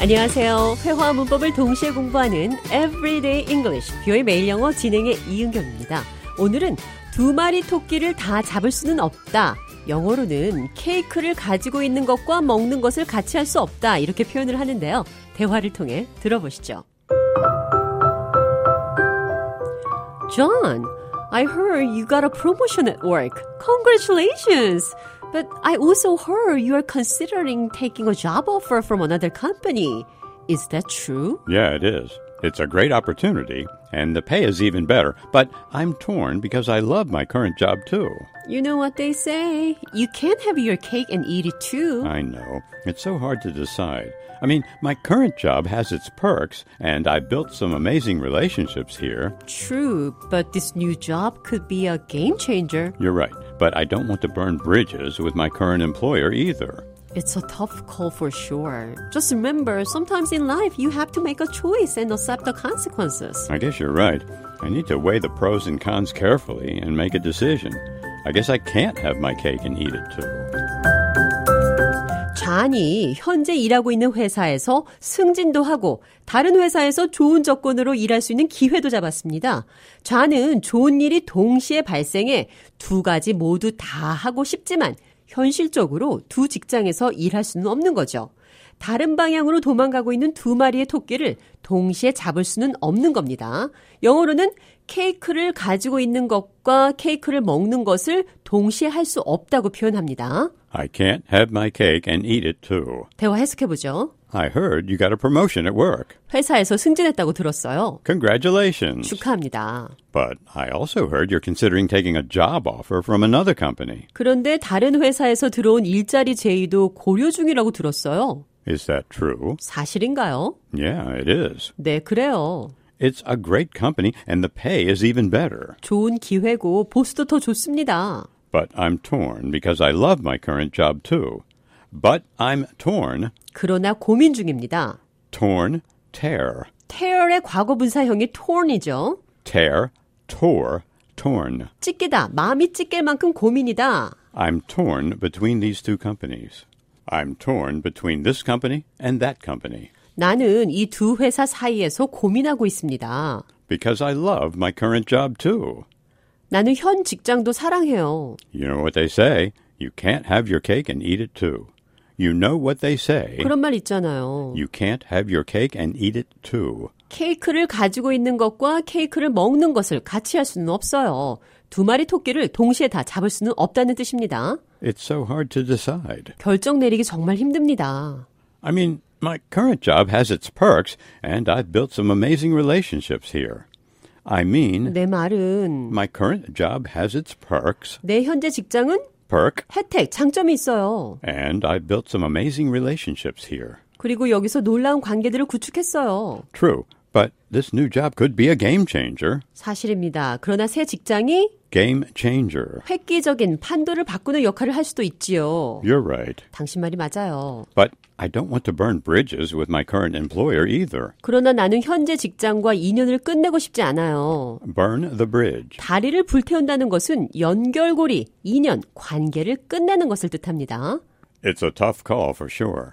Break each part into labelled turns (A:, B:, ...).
A: 안녕하세요. 회화 문법을 동시에 공부하는 Everyday English 뷰의 매일 영어 진행의 이은경입니다. 오늘은 두 마리 토끼를 다 잡을 수는 없다. 영어로는 케이크를 가지고 있는 것과 먹는 것을 같이 할 수 없다. 이렇게 표현을 하는데요. 대화를 통해 들어보시죠. John, I heard you got a promotion at work. Congratulations! But I also heard you are considering taking a job offer from another company. Is that true?
B: Yeah, it is. It's a great opportunity, and the pay is even better. But I'm torn because I love my current job too.
A: You know what they say. You can't have your cake and eat it too.
B: I know. It's so hard to decide. I mean, my current job has its perks, and I built some amazing relationships here.
A: True, but this new job could be a game changer.
B: You're right, but I don't want to burn bridges with my current employer either.
A: It's a tough call for sure. Just remember, sometimes in life you have to make a choice and accept the consequences.
B: I guess you're right. I need to weigh the pros and cons carefully and make a decision. I guess I can't have my cake and eat it too.
A: 잔이 현재 일하고 있는 회사에서 승진도 하고 다른 회사에서 좋은 조건으로 일할 수 있는 기회도 잡았습니다. 잔은 좋은 일이 동시에 발생해 두 가지 모두 다 하고 싶지만 현실적으로 두 직장에서 일할 수는 없는 거죠. 다른 방향으로 도망가고 있는 두 마리의 토끼를 동시에 잡을 수는 없는 겁니다. 영어로는 케이크를 가지고 있는 것과 케이크를 먹는 것을 동시에 할 수 없다고 표현합니다.
B: I can't have my cake and eat it too.
A: 대화 해석해보죠.
B: I heard you got a promotion at work.
A: 회사에서 승진했다고 들었어요.
B: Congratulations.
A: 축하합니다.
B: But I also heard you're considering taking a job offer from another company.
A: 그런데 다른 회사에서 들어온 일자리 제의도 고려 중이라고 들었어요.
B: Is that true?
A: 사실인가요?
B: Yeah, it is.
A: 네, 그래요.
B: It's a great company and the pay is even better.
A: 좋은 기회고 보스도 더 좋습니다.
B: But I'm torn because I love my current job too. But I'm torn.
A: 그러나 고민 중입니다.
B: Torn, tear.
A: tear의 과거 분사형이 torn이죠.
B: Tear, tore, torn.
A: 찢기다, 마음이 찢길 만큼 고민이다.
B: I'm torn between these two companies. I'm torn between this company and that company
A: 나는 이 두 회사 사이에서 고민하고 있습니다.
B: because I love my current job too.
A: 나는 현 직장도 사랑해요.
B: You know what they say you can't have your cake and eat it too. You know what they say
A: 그런 말 있잖아요.
B: you can't have your cake and eat it too.
A: 케이크를 가지고 있는 것과 케이크를 먹는 것을 같이 할 수는 없어요. 두 마리 토끼를 동시에 다 잡을 수는 없다는 뜻입니다.
B: It's so hard to decide.
A: 결정 내리기 정말 힘듭니다.
B: I mean, my current job has its perks, and I've built some amazing relationships here. I mean,
A: 내 말은
B: my current job has its perks,
A: 내 현재 직장은
B: perk,
A: 혜택, 장점이 있어요.
B: and I've built some amazing relationships here.
A: 그리고 여기서 놀라운 관계들을 구축했어요.
B: True, but this new job could be a game changer.
A: 사실입니다. 그러나 새 직장이
B: Game changer.
A: 획기적인 판도를 바꾸는 역할을 할 수도 있지요.
B: You're right.
A: 당신 말이 맞아요.
B: But I don't want to burn bridges with my current employer either.
A: 그러나 나는 현재 직장과 인연을 끝내고 싶지 않아요.
B: Burn the bridge.
A: 다리를 불태운다는 것은 연결고리, 인연, 관계를 끝내는 것을 뜻합니다.
B: It's a tough call for sure.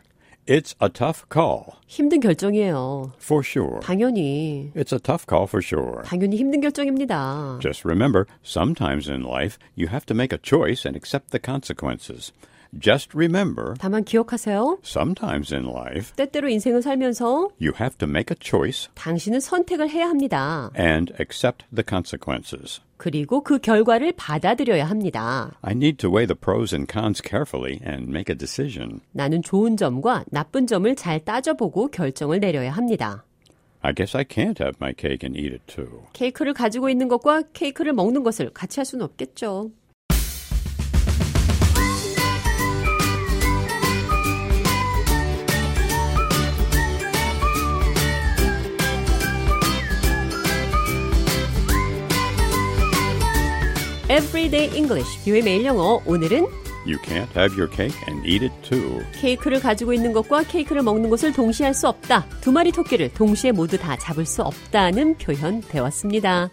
B: It's a tough call
A: 힘든 결정이에요.
B: for sure.
A: 당연히,
B: It's a tough call for sure.
A: 당연히 힘든 결정입니다.
B: Just remember, sometimes in life, you have to make a choice and accept the consequences. Just remember,
A: 다만 기억하세요.
B: sometimes in life,
A: 때때로 인생을 살면서
B: you have to make a choice
A: 당신은 선택을 해야 합니다.
B: and accept the consequences.
A: 그리고 그 결과를 받아들여야 합니다.
B: I need to weigh the pros and cons carefully and make a decision.
A: 나는 좋은 점과 나쁜 점을 잘 따져보고 결정을 내려야 합니다.
B: I guess I can't have my cake and eat it too.
A: 케이크를 가지고 있는 것과 케이크를 먹는 것을 같이 할 수는 없겠죠. Everyday English, 뷰의 매일 영어. 오늘은
B: You can't have your cake and eat it too.
A: 케이크를 가지고 있는 것과 케이크를 먹는 것을 동시에 할 수 없다. 두 마리 토끼를 동시에 모두 다 잡을 수 없다는 표현 배웠습니다.